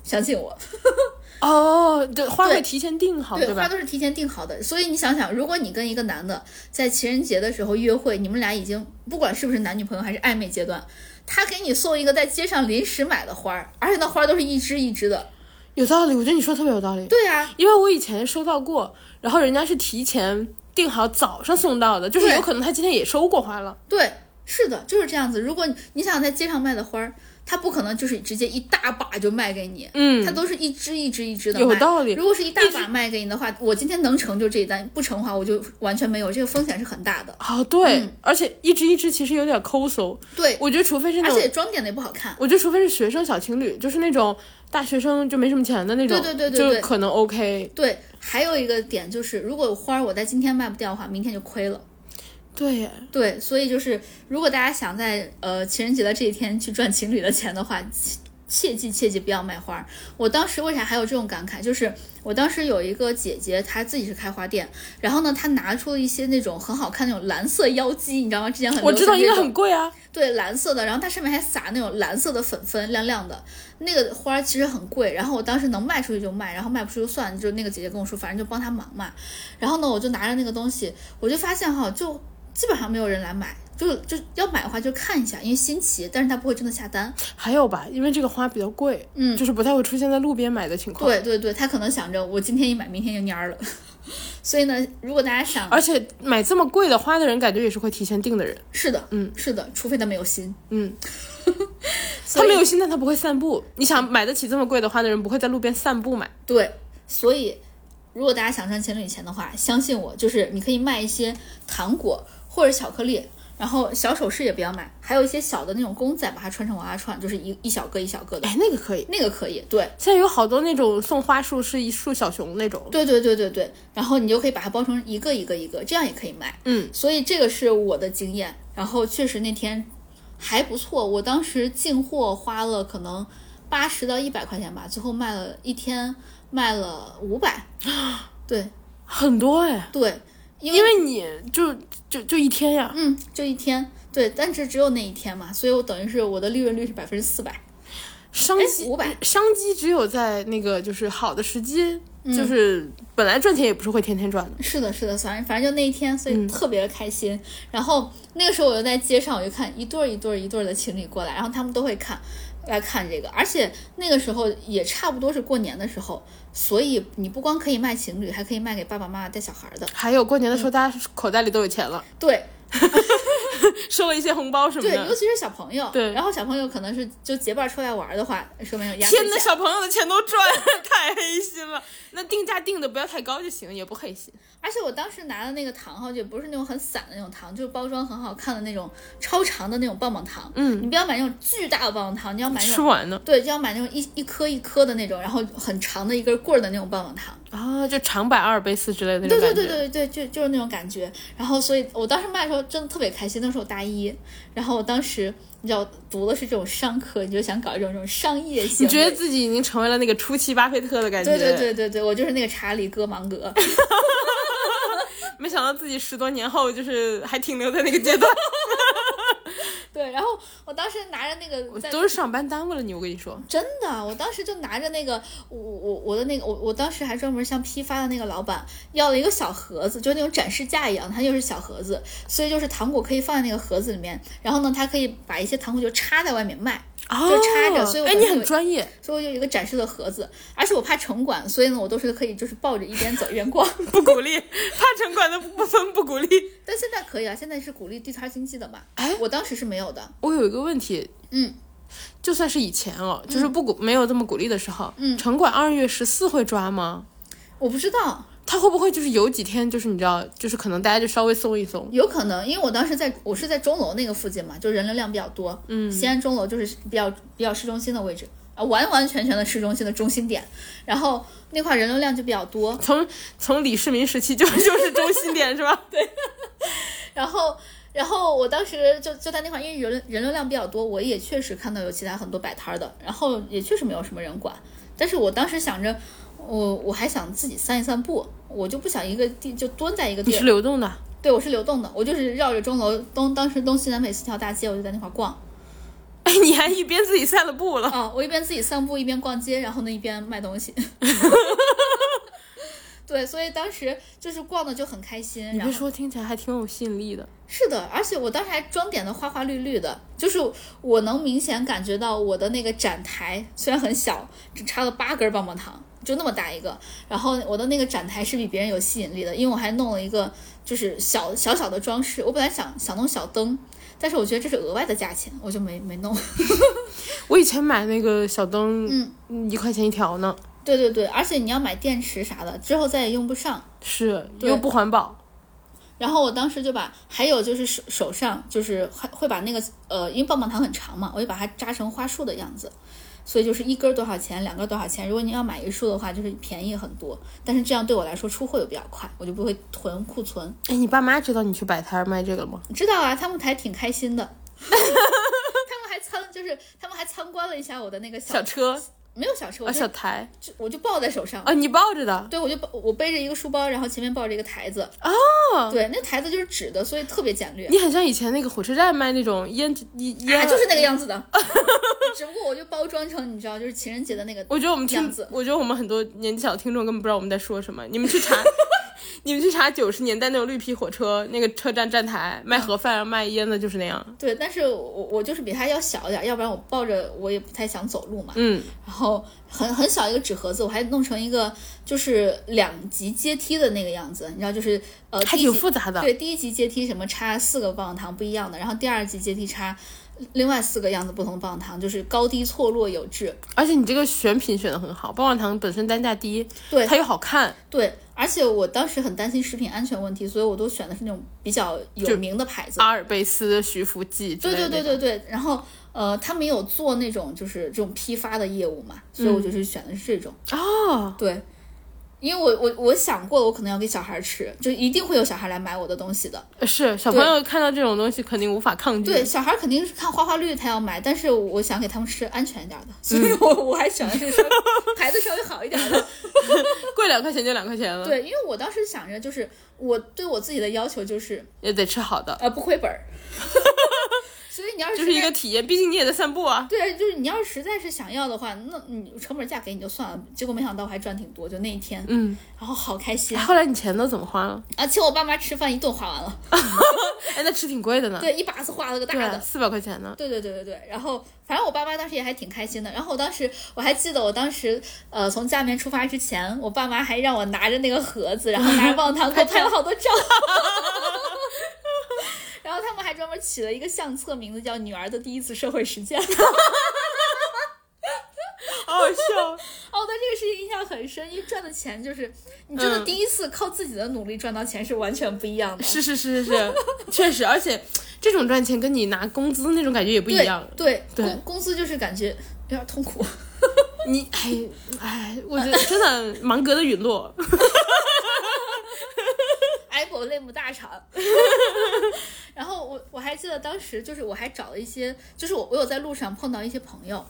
相信我，哦，对，花对会提前定好，对，花吧？都是提前定好的。所以你想想，如果你跟一个男的在情人节的时候约会，你们俩已经不管是不是男女朋友还是暧昧阶段，他给你送一个在街上临时买的花儿，而且那花儿都是一支一支的。有道理，我觉得你说得特别有道理。对啊，因为我以前收到过，然后人家是提前定好早上送到的，就是对有可能他今天也收过花了。对，是的，就是这样子。如果你你想在街上卖的花儿，它不可能就是直接一大把就卖给你，嗯它，都是一支一支一支的卖。有道理如果是一大把卖给你的话，我今天能成就这一单，不成的话我就完全没有，这个风险是很大的。哦，对，嗯而且一只一只其实有点抠搜，对，我觉得除非是那而种，且装点的也不好看。我觉得除非是学生小情侣，就是那种大学生就没什么钱的那种，对对对对对就可能 OK。对，还有一个点就是，如果花儿我在今天卖不掉的话，明天就亏了。对耶，对，所以就是，如果大家想在呃情人节的这一天去赚情侣的钱的话，切切记切记不要卖花儿。我当时为啥还有这种感慨？就是我当时有一个姐姐，她自己是开花店，然后呢，她拿出了一些那种很好看的那种蓝色妖姬，你知道吗？之前很我流知行道应这该种很贵啊，对蓝色的，然后它上面还撒那种蓝色的粉粉，亮亮的。那个花儿其实很贵，然后我当时能卖出去就卖，然后卖不出去就算了。就那个姐姐跟我说，反正就帮她忙嘛。然后呢，我就拿着那个东西，我就发现哈，就基本上没有人来买，就就要买的话就看一下，因为新奇，但是他不会真的下单。还有吧，因为这个花比较贵，嗯就是不太会出现在路边买的情况。对对对，他可能想着我今天一买，明天就蔫儿了。 [laughs] 所以呢，如果大家想，而且买这么贵的花的人，感觉也是会提前订的人。是的，嗯，是的，除非他没有心，嗯，所他以没有心，但他不会散步。你想买得起这么贵的花的人，不会在路边散步买。对，所以如果大家想赚情侣钱的话，相信我，就是你可以卖一些糖果或者巧克力，然后小首饰也不要买，还有一些小的那种公仔，把它穿成娃娃串，就是一一小个一小个的，哎，那个可以。那个可以。对，现在有好多那种送花束是一束小熊那种。对对对对对，然后你就可以把它包成一个一个一个，这样也可以卖。嗯，所以这个是我的经验，然后确实那天还不错，我当时进货花了可能八十到一百块钱吧，最后卖了一天卖了五百，对很多哎，对，因为因为你就就就一天呀，嗯，就一天，对，但是只有那一天嘛，所以我等于是我的利润率是百分之四百，商机500商机只有在那个就是好的时机，就是本来赚钱也不是会天天赚的。是的，是的，反正反正就那一天，所以特别的开心。然后那个时候我就在街上，我就看一对儿一对儿一对儿的情侣过来，然后他们都会看来看这个，而且那个时候也差不多是过年的时候，所以你不光可以卖情侣，还可以卖给爸爸妈妈带小孩儿的。还有过年的时候，大家口袋里都有钱了，对嗯收了一些红包什么对，尤的。其是小朋友，对然后小朋友可能是就结伴儿出来玩儿的话，说明有压岁天呐，钱小朋友的钱都赚，太黑心了。那定价定的不要太高就行，也不黑心。而且我当时拿的那个糖哈，就不是那种很散的那种糖，就是包装很好看的那种超长的那种棒棒糖。嗯，你不要买那种巨大的棒棒糖，你要买那吃种。不完呢对，就要买那种一一颗一颗的那种，然后很长的一根棍儿的那种棒棒糖。啊，就长百阿尔卑斯之类的那对种对感觉。对对对，就就是那种感觉。然后，所以我当时卖的时候真的特别开心，那时候我大一，然后我当时你知道读的是这种商科，你就想搞这种这种商业行你为。觉得自己已经成为了那个初期巴菲特的感觉？对对对对对，我就是那个查理哥芒格。没想到自己十多年后就是还停留在那个阶段， [laughs] 对，然后我当时拿着那个在都是上班耽误了你。我跟你说，真的，我当时就拿着那个我我我的那个我我当时还专门向批发的那个老板要了一个小盒子，就是那种展示架一样，它就是小盒子，所以就是糖果可以放在那个盒子里面，然后呢，它可以把一些糖果就插在外面卖。就插着，所以我哎，你很专业，所以我有一个展示的盒子，而且我怕城管，所以呢，我都是可以就是抱着一边走一边逛。 [laughs] 不鼓励，怕城管的部分不鼓励。但现在可以啊，现在是鼓励地摊经济的嘛？哎，我当时是没有的。我有一个问题，嗯，就算是以前哦，就是不鼓、没有这么鼓励的时候，嗯城管二月十四会抓吗？我不知道，他会不会就是有几天，就是你知道，就是可能大家就稍微松一松，有可能，因为我当时在我是在钟楼那个附近嘛，就人流量比较多。嗯，西安钟楼就是比较比较市中心的位置啊，完完全全的市中心的中心点，然后那块人流量就比较多。从从李世民时期就就是中心点是吧？然后，然后我当时就就在那块儿，因为人人流量比较多，我也确实看到有其他很多摆摊儿的，然后也确实没有什么人管。但是我当时想着，我我还想自己散一散步，我就不想一个地就蹲在一个你地儿是。流动的，对，我是流动的，我就是绕着钟楼东当时东西南北四条大街，我就在那块儿逛。 [laughs] 哎，你还一边自己散了步 [laughs] 了。啊，我一边自己散步一边逛街，然后呢一边卖东西。 [laughs] 对，所以当时就是逛的就很开心。你然别后说，听起来还挺有吸引力的。是的，而且我当时还装点的花花绿绿的，就是我能明显感觉到我的那个展台虽然很小，只插了八根棒棒糖，就那么大一个，然后我的那个展台是比别人有吸引力的，因为我还弄了一个就是小小小的装饰，我本来想想弄小灯。但是我觉得这是额外的价钱，我就没没弄。我以前买那个小灯，嗯，一块钱一条呢，对对对，而且你要买电池啥的，之后再也用不上。是对又不环保。然后我当时就把，还有就是手手上就是会会把那个呃，因为棒棒糖很长嘛，我就把它扎成花束的样子，所以就是一根儿多少钱，两根儿多少钱。如果你要买一束的话，就是便宜很多，但是这样对我来说出货又比较快，我就不会囤库存。哎，你爸妈知道你去摆摊儿卖这个了吗？你知道啊，他们还挺开心的， [laughs] 他们还参就是他们还参观了一下我的那个小小车没有小车，我啊，就小台就我就抱在手上。啊，你抱着的。对，我就抱我背着一个书包，然后前面抱着一个台子。哦，对，那台子就是纸的，所以特别简略。你很像以前那个火车站卖那种烟烟啊，烟，就是那个样子 [laughs] 的，只不过我就包装成你知道，就是情人节的那个。我觉得我们听样子，我觉得我们很多年纪小的听众根本不知道我们在说什么。你们 [laughs] 去查，你们去查九十年代那种绿皮火车那个车站站台卖盒饭、卖烟的，就是那样。对，但是我我就是比他要小一点，要不然我抱着我也不太想走路嘛。嗯，然后很很小一个纸盒子，我还弄成一个就是两级阶梯的那个样子，你知道，就是呃，还第一挺级复杂的对，第一级阶梯什么插四个棒棒糖不一样的，然后第二级阶梯插另外四个样子不同的棒棒糖，就是高低错落有致。而且你这个选品选的很好，棒棒糖本身单价低，对它又好看，对，而且我当时很担心食品安全问题，所以我都选的是那种比较有名的牌子。阿尔卑斯、徐福记之对类对的啊那种，对对对，然后呃，他们有做那种就是这种批发的业务嘛，所以我嗯就是选的是这种。哦，对，因为我我我想过，我可能要给小孩吃，就一定会有小孩来买我的东西的。是小朋友看到这种东西肯定无法抗拒。对，小孩肯定是看花花绿他要买，但是我想给他们吃安全一点嗯的，所以 [laughs] 我我还选的是稍微 [laughs] 牌子稍微好一点的。贵两块钱就两块钱了，对，因为我当时想着，就是我对我自己的要求就是也得吃好的，呃不亏本儿， [laughs] 所以你要是就是实一在个体验。毕竟你也在散步啊，对，就是你要是实在是想要的话，那你成本价给你就算了。结果没想到我还赚挺多，就那一天，嗯，然后好开心哎后来你钱都怎么花了？啊！请我爸妈吃饭一顿花完了，哎，那吃挺贵的呢，对，一把子花了个大对，的。四百块 [laughs] 钱呢。对对对对对，然后反正我爸妈当时也还挺开心的。然后我当时我还记得，我当时呃从家里面出发之前，我爸妈还让我拿着那个盒子，然后拿着棒棒糖给我拍了好多照。 [laughs] 然后他们还专门起了一个相册，名字叫《女儿的第一次社会实践》。好好笑。哦，对这个事情印象很深，因为赚的钱就是你真的嗯第一次靠自己的努力赚到钱是完全不一样的。是是是是 [laughs] 是，确实，而且这种赚钱跟你拿工资那种感觉也不一对样。对，对公公司就是感觉有点痛苦。你哎哎，我觉得真的芒格的陨落， Apple 类目大 [laughs] 厂。然后我我还记得当时就是我还找了一些，就是我我有在路上碰到一些朋友，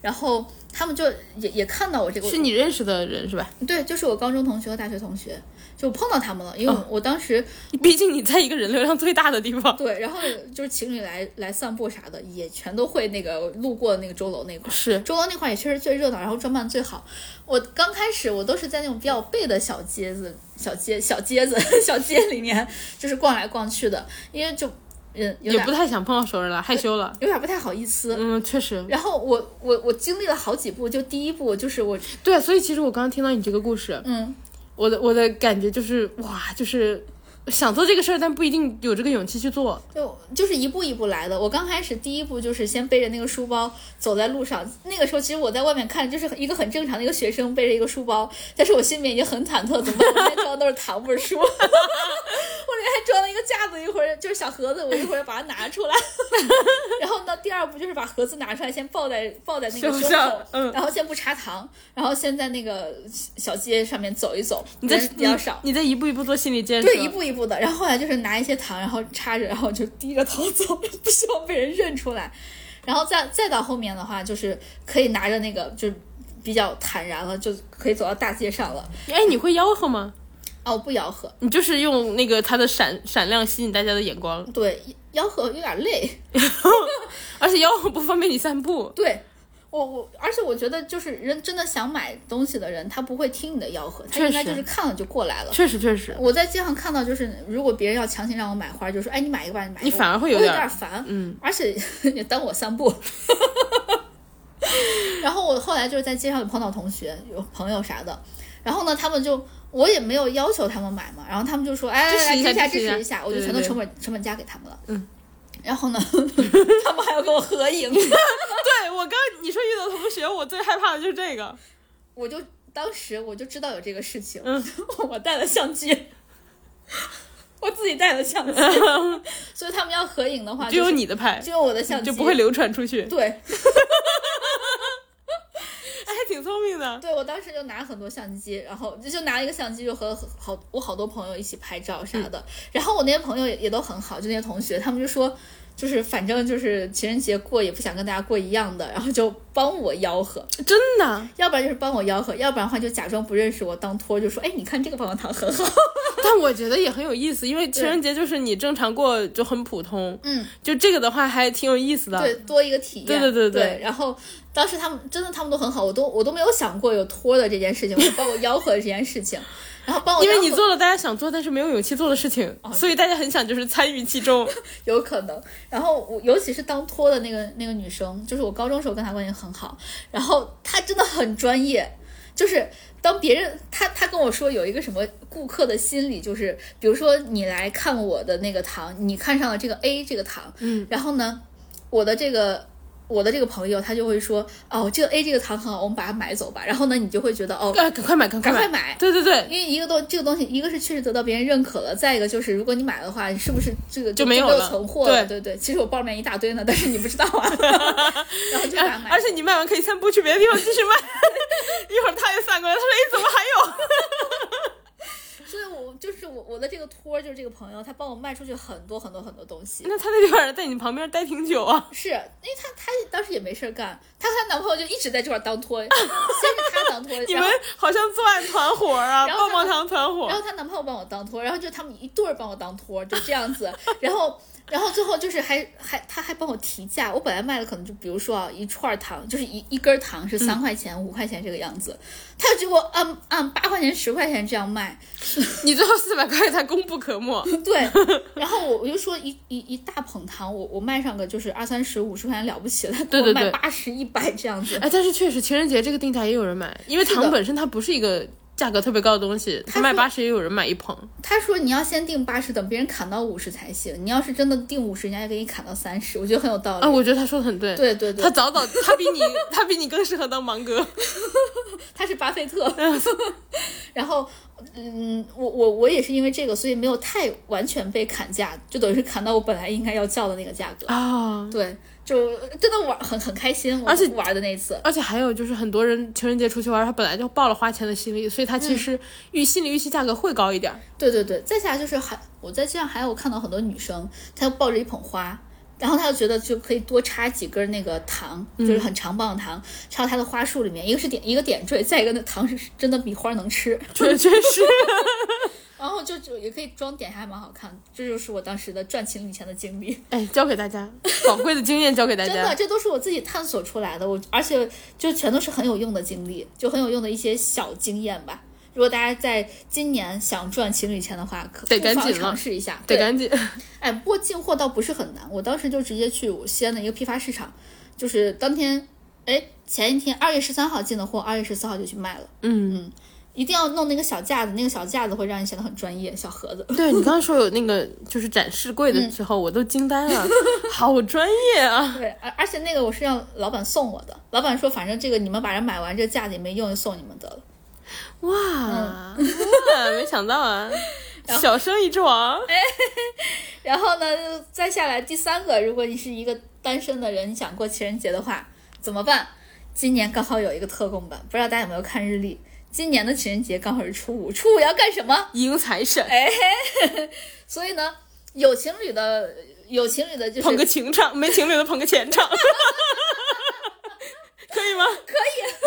然后他们就也也看 [laughs] 到我这个，是你认识的人是吧？对，就是我高中同学和大学同学，就碰到他们了，因为哦我我当时、 [laughs] 毕竟你在一个人流量最大的地方。对，然后就是情侣来来散步啥的，也全都会那个路过那个钟楼那块儿，是，钟楼那块儿也确实最热闹，然后装扮最好。我刚开始我都是在那种比较背的小街子、小街、小街子、 [laughs] 小街里面，就是逛来逛去的，因为就嗯有也点不太想碰到熟人了，害羞了。有点不太好意思。嗯，确实，然后我我我经历了好几步，就第一步就是我对，啊所以其实我刚刚听到你这个故事，嗯，我的我的感觉就是哇，就是想做这个事儿，但不一定有这个勇气去做。就就是一步一步来的。我刚开始第一步就是先背着那个书包走在路上，那个时候其实我在外面看就是一个很正常的一个学生背着一个书包，但是我心里面已经很忐忑，怎么办？我里面装的都是糖不是书，我 [laughs] 里面还装了一个架子，一会儿就是小盒子，我一会儿把它拿出来。 [laughs] 然后呢，第二步就是把盒子拿出来，先抱在抱在那个胸胸上口，嗯然后先不插糖，然后先在那个小街上面走一走，你在人比较少。你在一步一步做心理建设，对，一步一步的。然后后来就是拿一些糖，然后插着，然后就低着头走， [laughs] 不希望被人认出来。然后再再到后面的话，就是可以拿着那个，就比较坦然了，就可以走到大街上了。哎，你会吆喝吗？哦，不吆喝，你就是用那个它的闪闪亮吸引大家的眼光，对，吆喝有点累。而且吆喝不方便你散步。对我我，而且我觉得就是人真的想买东西的人，他不会听你的吆喝，他确应该就实是看了就过来了。确实，确实，我在街上看到，就是如果别人要强行让我买花，就说：“哎，你买一个吧，你买一个吧。”你反而会有有我点儿点烦，嗯，而且 [laughs] 也耽误我散步。 [laughs] 然后我后来就是在街上有碰到同学、有朋友啥的，然后呢，他们就我也没有要求他们买嘛，然后他们就说：“哎，支持一下来来支支持一下持一下。”我就对全都对对成本成本价给他们了。嗯。然后 [laughs] 呢，他们还要跟我合影，对我刚你说遇到同学，我最害怕的就是这个。我就当时我就知道有这个事情，嗯 [laughs] 我带了相机， [laughs] 我自己带了相 [laughs] 机，所以他们要合影的话、就有啊是你的拍，只有我的相机，就不会流传出去。对哎，还挺聪明的。对，我当时就拿很多相机，然后就就拿了一个相机，就和好我好多朋友一起拍照啥嗯的。然后我那些朋友也也都很好，就那些同学，他们就说，就是反正就是情人节过也不想跟大家过一样的，然后就帮我吆喝，真的，要不然就是帮我吆喝，要不然的话就假装不认识我当托，就说哎，你看这个棒棒糖很好， [laughs] 但我觉得也很有意思，因为情人节就是你正常过就很普通，嗯，就这个的话还挺有意思的。对，，多一个体验。对对对对对然后当时他们真的他们都很好，我都我都没有想过有托的这件事情，或者帮我吆喝的这件事情，然后帮我因为你吆喝做了大家想做但是没有勇气做的事情，所以大家很想就是参与其 [laughs] 中。有可能。然后我尤其是当托的那个那个女生，就是我高中时候跟她关系很好，然后她真的很专业，就是。当别人她她跟我说有一个什么顾客的心理，就是比如说你来看我的那个糖，你看上了这个 A 这个糖，嗯，然后呢，我的这个我的这个朋友他就会说，哦，这个 A 这个糖很好，我们把它买走吧。然后呢，你就会觉得哦，哎，赶快买，赶快赶买，快买，对对对，因为一个东这个东西，一个是确实得到别人认可了，再一个就是如果你买的话，是不是这个就没有有了存货对对其实我包里面一大堆呢，但是你不知道 [laughs] 啊，然后就把它买。哎而且你卖完可以散步去别的地方继续 [laughs] 卖。一会儿他也散过来，他说：“哎，怎么还有 [laughs] 所以我就是我我的这个托儿就是这个朋友，他帮我卖出去很多很多很多东？”西。那他那地方人在你旁边待挺久 [laughs] 啊。是因为她她当时也没事儿干，她和她男朋友就一直在这块儿当托，先是她当托， [laughs] 你然们后好像作案团伙啊，然后棒他棒糖团伙然。后她男朋友帮我当托，然后就他们一对儿帮我当托，就这样子。然后，然后最后就是还还他还帮我提价，我本来卖的可能就比如说啊一串糖，就是一一根糖是嗯三块钱、五、块钱这个样子，他就给我按按八块钱、十块钱这样卖。你最后四百块才功不可没。 [laughs] 对，然后我我就说一一一大捧糖，我我卖上个就是二三十、五十块钱了不起了，他给对我对卖对八十、一百这样子。哎，但是确实情人节这个定价也有人买，因为是的糖本身它不是一个价格特别高的东西，它它卖是八十也有人买一捧。他说你要先定八十，等别人砍到五十才行。你要是真的定五十，人家就给你砍到三十，我觉得很有道理。啊，我觉得他说的很对。对对对，他早早，他比你，他比你更适合当盲哥。他是巴菲特。 [laughs] 然后，嗯，我我我也是因为这个，所以没有太完全被砍价，就等于是砍到我本来应该要叫的那个价格。 [laughs] 啊，对，就真的玩很很开心，我而且玩的那次。而且还有就是，很多人情人节出去玩，他本来就抱了花钱的心理，所以他其实预、心理预期价格会高一点儿。对对对，再下来就是还我在街上还有看到很多女生，她抱着一捧花。然后他就觉得就可以多插几根那个糖，嗯就是很长棒的糖，插到他的花束里面。一个是点一个点缀，再一个那糖是真的比花能吃。确确 [laughs] 实，然后就就也可以装点，还蛮好看。这就是我当时的赚情侣钱的经历。哎，教给大家宝贵的经验，教给大真的，家。这都是我自己探索出来的。我而且就全都是很有用的经历，就很有用的一些小经验吧。如果大家在今年想赚情侣钱的话，可得不妨赶紧了尝试一下。得对，赶紧，哎，不过进货倒不是很难，我当时就直接去我西安的一个批发市场，就是当天，哎，前一天二月十三号进的货，二月十四号就去卖了。嗯，一定要弄那个小架子，那个小架子会让你显得很专业，小盒子。 [laughs] 对你刚刚说有那个就是展示柜的时候，我都惊呆 [laughs] 了，好专业啊！对，而而且那个我是让老板送我的，老板说反正这个你们把人买完，这个架子也没用，就送你们得了。哇、嗯哇，没想到 [laughs] 啊，小生意之王，哎然后呢，再下来第三个，如果你是一个单身的人，你想过情人节的话，怎么办？今年刚好有一个特供版，不知道大家有没有看日历？今年的情人节刚好是初五，初五要干什么？迎财神，哎所以呢，有情侣的有情侣的，就是捧个情场，没情侣的捧个 [laughs] 钱场， [laughs] 可以吗？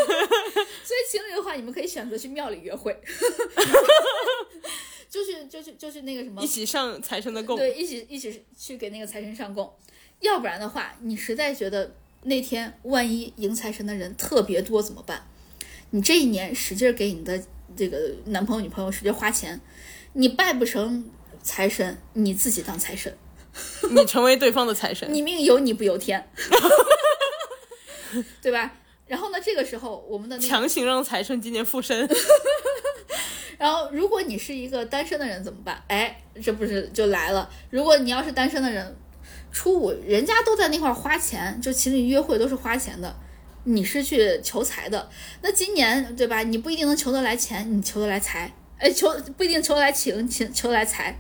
所以情侣的话，你们可以选择去庙里约 [laughs] 会， [laughs] 就是就是就是那个什么一，起上财神的供，对，一起一起去给那个财神上供，要不然的话，你实在觉得那天万一迎财神的人特别多怎么办？你这一年使劲儿给你的这个男朋友女朋友使劲儿花钱，你拜不成财神，你自己当财神，你成为对方的财神。你命由你不由天， [laughs] 对吧？然后呢，这个时候我们的那个，强行让财神今年附身，嗯然后如果你是一个单身的人怎么办？哎，这不是就来了。如果你要是单身的人，初五人家都在那块儿花钱，就情侣约会都是花钱的，你是去求财的。那今年对吧？你不一定能求得来钱，你求得来财，哎，求不一定求得来情，情求得来财。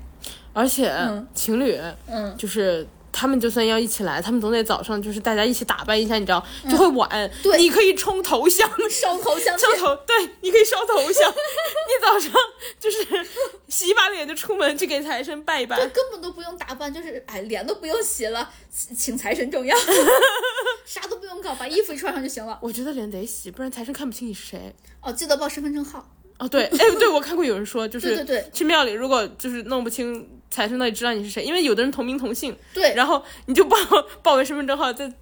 而且、情侣，嗯，就是他们就算要一起来，他们总得早上就是大家一起打扮一下，你知道就会晚。嗯对你可以冲头香，烧头香烧头，对，你可以烧头香。 [laughs] 你早上就是洗把脸就出门去给财神拜一就拜。根本都不用打扮，就是哎，脸都不用洗了，请请财神重要，啥都不用搞，把衣服一穿上就行了。我觉得脸得洗，不然财神看不清你是谁。哦，记得报身份证号。哦，对，哎，对，我看过有人说，就是对对对去庙里，如果就是弄不清财神到底知道你是谁，因为有的人同名同姓，对，然后你就报报个身份证号，再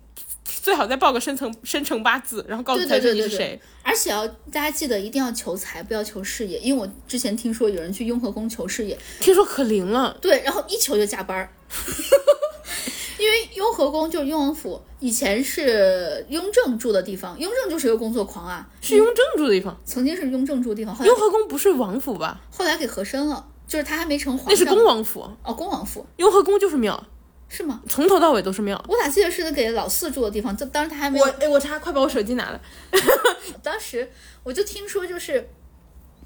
最好再报个生辰生辰八字，然后告诉对财对对神哦你对是谁对。，而且要大家记得一定要求财，不要求事业，因为我之前听说有人去雍和宫求事业，听说可啊灵了，对，然后一求就加班儿。 [laughs] 因为雍和宫就是雍王府，以前是雍正住的地方，雍正就是一个工作狂啊，是雍正住的地方。曾经是雍正住的地方，后来雍和宫不是王府吧？后来给和珅了，就是他还没成皇那是上，恭王府，哦，恭王府雍和宫就是庙，是吗？从头到尾都是庙。我咋记得是给老四住的地方？就当时他还没我有，哎，我查，快把我手机拿来。当时我就听说就是。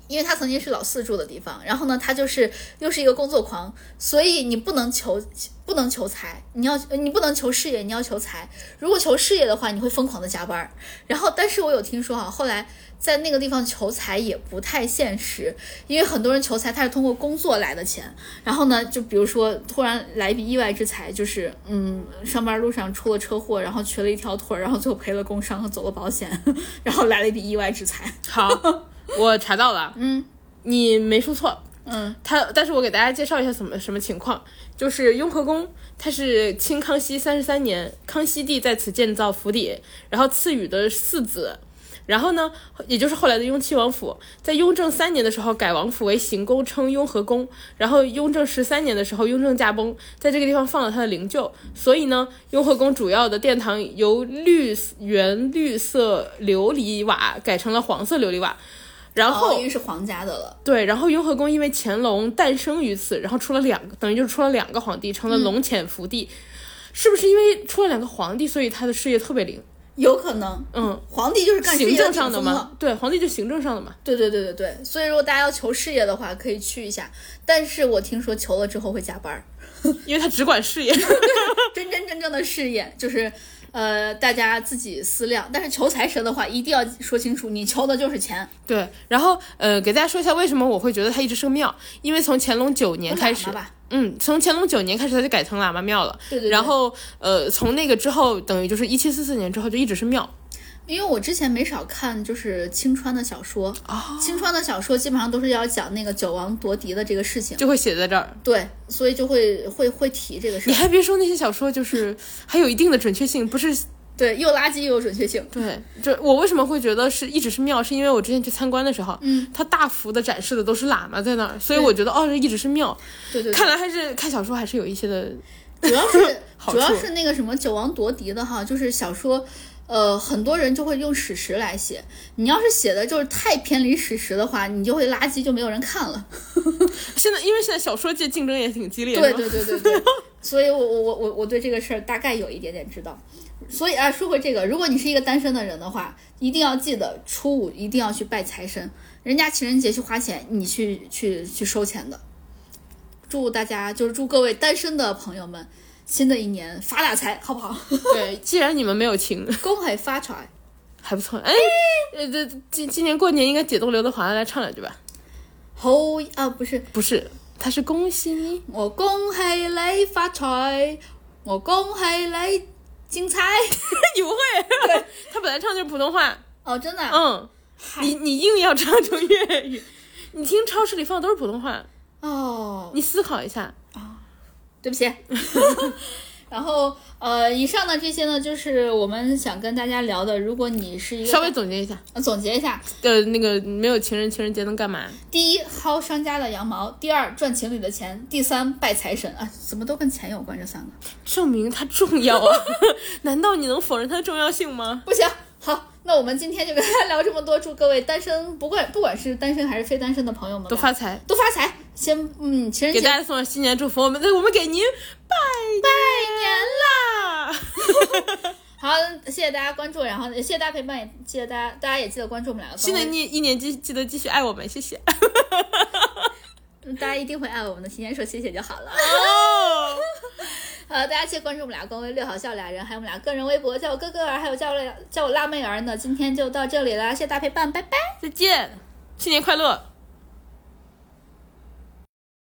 因为他曾经是老四住的地方，然后呢，他就是又是一个工作狂，所以你不能求不能求财，你要你不能求事业，你要求财。如果求事业的话，你会疯狂的加班儿。然后，但是我有听说啊，后来在那个地方求财也不太现实，因为很多人求财他是通过工作来的钱。然后呢，就比如说突然来一笔意外之财，就是嗯，上班路上出了车祸，然后瘸了一条腿儿，然后最后赔了工伤和走了保险， [laughs] 然后来了一笔意外之财。 [laughs] 好，我查到了。嗯，你没说错。嗯，它，但是我给大家介绍一下怎么什么情况，就是雍和宫，它是清康熙三十三年，康熙帝在此建造府邸，然后赐予的四子。然后呢，也就是后来的雍亲王府，在雍正三年的时候改王府为行宫，称雍和宫。然后雍正十三年的时候，雍正驾崩，在这个地方放了他的灵柩。所以呢，雍和宫主要的殿堂由绿原绿色琉璃瓦改成了黄色琉璃瓦。然后哦因为是皇家的了，对，然后雍和宫因为乾隆诞生于此，然后出了两个，等于就是出了两个皇帝，成了龙潜伏帝。是不是因为出了两个皇帝，所以他的事业特别灵？有可能。嗯，皇帝就是干事行业政上的顶峰了嘛，对，皇帝就行政上的嘛。对对对对对，所以如果大家要求事业的话，可以去一下。但是我听说 [laughs] 求了之后会加班儿， [laughs] 因为他只管事业。真真正正的事业就是呃，大家自己思量。但是求财神的话，一定要说清楚，你求的就是钱。对，然后呃，给大家说一下为什么我会觉得它一直是个庙，因为从乾隆九年开始有喇，叭吧，嗯，从乾隆九年开始，它就改成喇嘛庙了。对对对然后，呃，从那个之后，等于就是一七四四年之后就一直是庙。因为我之前没少看，就是清川的小说。哦清川的小说基本上都是要讲那个九王夺嫡的这个事情。就会写在这儿。对，所以就会会会提这个事你儿。还别说，那些小说就是还有一定的准确性，不是对，又垃圾又有准确性。对。就我为什么会觉得是一直是庙，是因为我之前去参观的时候，嗯，它大幅的展示的都是喇嘛在那儿，所以对我觉得哦，这一直是庙。对对对看来还是看小说还是有一些的，主要是 [laughs] 好主要处是那个什么九王夺嫡的哈，就是小说，呃，很多人就会用史实来写。你要是写的就是太偏离史实的话，你就会垃圾，就没有人看了。现在因为现在小说界竞争也挺激烈，对是吧对对对对，所以我我我我我对这个事儿大概有一点点知道。所以啊，说回这个，如果你是一个单身的人的话，一定要记得初五一定要去拜财神，人家情人节去花钱，你去去去收钱的。祝大家就是祝各位单身的朋友们，新的一年发大财，好不好？ [laughs] 对。既然你们没有情，恭喜发财！还不错。哎，呃，这今今年过年应该解冻刘德华来唱两句吧？好啊，不是不是，他是恭喜你。我恭喜你发财，我恭喜你精彩。你不会？他本来唱就是普通话，哦，真的啊、嗯，你你硬要唱成粤语，你听超市里放的都是普通话，哦，你思考一下。对不起。 [laughs] [laughs] 然后呃，以上的这些呢，就是我们想跟大家聊的。如果你是一个稍微总结一下，呃总结一下：呃，那个没有情人，情人节能干嘛？第一，薅商家的羊毛；第二，赚情侣的钱；第三，拜财神啊，怎么都跟钱有关？这三个证明它重 [laughs] 要啊！难道你能否认它的重要性吗？不行。好，那我们今天就跟大家聊这么多。祝各位单身，不管不管是单身还是非单身的朋友们吧，都发财，都发财。先嗯，情人给节大拜家送上新年祝福，我们哎我们给您拜啊年了。 [laughs] 啦！好，谢谢大家关注，然后谢谢大家陪伴，也记得大家大家也记得关注我们两个。新的一年一年记记得继续爱我们，谢谢。嗯大家一定会爱我们的，提前说谢谢就好了。 [laughs] 哦，呃，大家记得关注我们俩公微六好笑俩人，还有我们俩个人微博，叫我哥哥儿，还有叫我俩叫我辣妹儿呢。今天就到这里啦，谢谢大家陪伴，拜拜。再见，新年快乐！